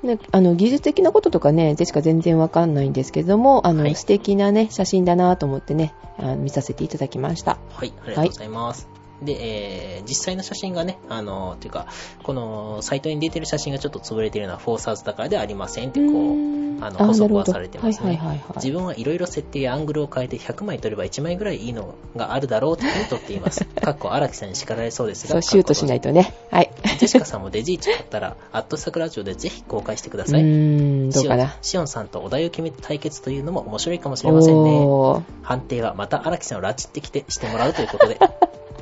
ね、あの技術的なこととかね、ジェシカ全然わかんないんですけれども、あの、はい素敵なね、写真だなと思ってね、あ見させていただきました。はい、ありがとうございます。で、えー実際の写真がね、あの、というか、このサイトに出てる写真がちょっと潰れているのはフォーサーズだからではありませんって、こうーう、んあの、あ補な足るほはどされてますね。はいはいはいはい自分はいろいろ設定やアングルを変えて100枚撮れば1枚ぐらいいいのがあるだろうと撮っています。 かっこ荒木さんに叱られそうですが。。そう、シュートしないいとね。はい。ジェシカさんもデジイチ買ったら、アットサクラジオでぜひ公開してくだ うさい。ーん、どうかな。シオンシオンさんとお題を決めて対決というのも面白いかもしれませんね。おー、判定はまた荒木さんを拉致ってきてしてもらうということで。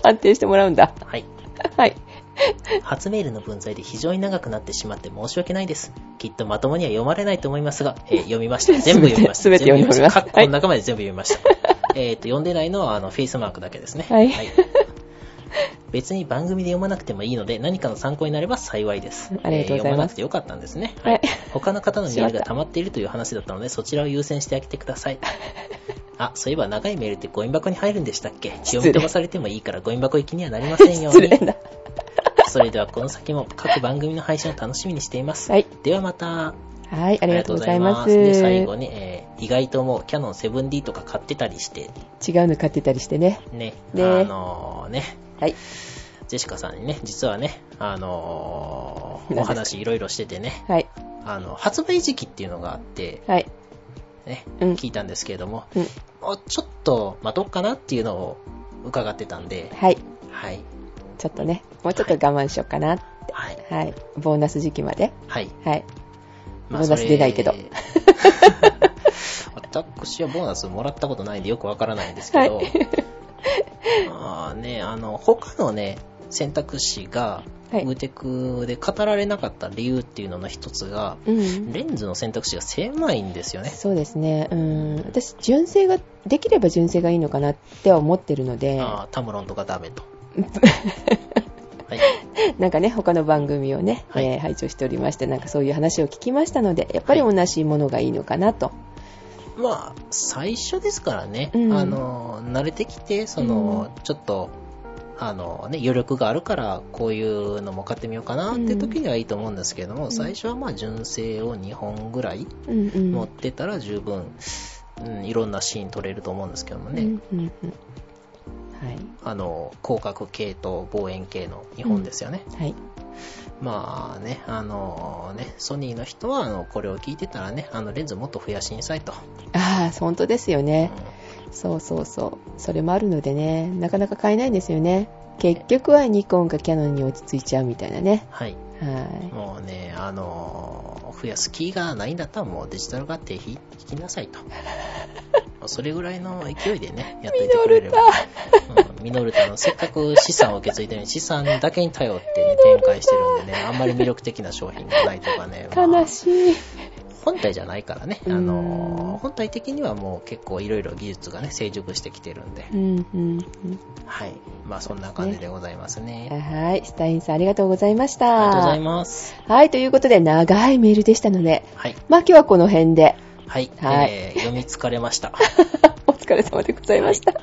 判定してもらうんだ。はい。はい。初メールの文在で非常に長くなってしまって申し訳ないです。きっとまともには読まれないと思いますが、 えー読みました。全部読みました。全て全て読みましたかっこの中まで全部読み ました。えっと、読んでないのは、あの、フェイスマークだけですね。はい別に番組で読まなくてもいいので、何かの参考になれば幸いです。ありがとうございますえー読まなくてよかったんですね。はい他の方のメールが溜まっているという話だったので、そちらを優先してあげてく ださい。あ、そういえば長いメールってゴミ箱に入るんでしたっけ失礼読み飛ばされてもいいからゴミ箱行きにはなりませんよう失に礼。な。 それではこの先も各番組の配信を楽しみにしています。はい。ではまた。はい、ありがとうございます。ありがとうございますで、最後に、えー意外ともうキャノン 7D とか買ってたりして、違うの買ってたりしてね。ね、ねあのーね、はい。ジェシカさんにね、実はね、あのー何ですかお話いろいろしててね、はい。あの、発売時期っていうのがあって、はい。ね、うん聞いたんですけれども、うん。あちょっと待とうかなっていうのを伺ってたんで、はい。はい、ちょっとね、もうちょっと我慢しようかな。はい、はい。ボーナス時期まで。はい。はい。まあボーナス 出ないけどそれ私はボーナスもらったことないんでよくわからないんですけど、はいまあね、あの、他のね、選択肢が、はいウーテクで語られなかった理由っていうのの一つが、うん。レンズの選択肢が狭いんですよね。そうですね。うん。私、純正が、できれば純正がいいのかなっては思ってるので、あータムロンとかダ メと。はい、なんかね、他の番組をね、はいえー拝聴しておりまして、なんかそういう話を聞きましたので、やっぱり同じものがいいのかなと。まあ、最初ですからね、うんあの、慣れてきて、その、ちょっと、あのね、余力があるから、こういうのも買ってみようかなって時にはいいと思うんですけれども、ん最初はまあ、純正を2本ぐらいうんうん。持ってたら十分、うん、いろんなシーン撮れると思うんですけどもうんね、うんうん。はい。あの、広角系と望遠系の2本ですよね。はい。まあね、あのね、ソニーの人は、あの、これを聞いてたらね、あの、レンズもっと増やしにさいと。ああ、本当ですよね。うんそうそうそう。それもあるのでね、なかなか買えないんですよね。結局はニコンかキャノンに落ち着いちゃうみたいなね。はい。はもうね、あのー増やす気がないんだったらもうデジタルが手引きなさ いと。それぐらいの勢いでね、やっていてくれれば。うんミノルタのせっかく資産を受け継いでるのに資産だけに頼ってね、展開してるんでね、あんまり魅力的な商品がないとかね。い。まあ悲しい。本体じゃないからね、あうんのー本体的にはもう結構いろいろ技術がね、成熟してきてるんでう。んうんうん。はい。まあそんな感じでございますね。はい。スタインさんありがとうございましありた。がとうございます。はい。ということで、長いメールでしたので、はい。まあ今日はこの辺で、 はい。はい えー読み疲れました。お疲れ様でございました。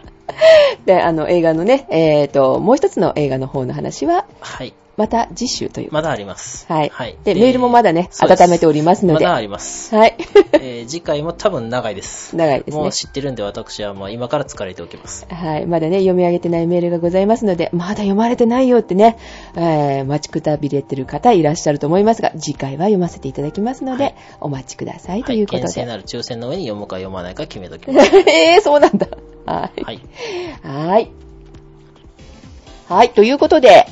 で、あの、映画のね、えっ、と、もう一つの映画の方の話は、はい。また次週という。まだあります。はい。はい。で、メールもまだね、そうです温めておりますので。まだはあります。い。 えー次回も多分長いです。長いですもねう。知ってるんで私はもう今から疲れておきます。はい。まだね、読み上げてないメールがございますので、まだ読まれてないよってね、えー、待ちくたびれてる方いらっしゃると思いますが、次回は読ませていただきますので、はいお待ちくださいとはいいうこと厳正で。なる抽選の上に読むか読まないか決めときます。 えー、そうなんだ。はい。はい。はい。はい。ということで、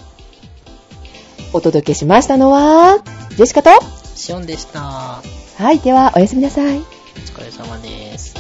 お届けしましたのは、ジェシカと、シオンでした。はい。では、おやすみなさい。お疲れ様です。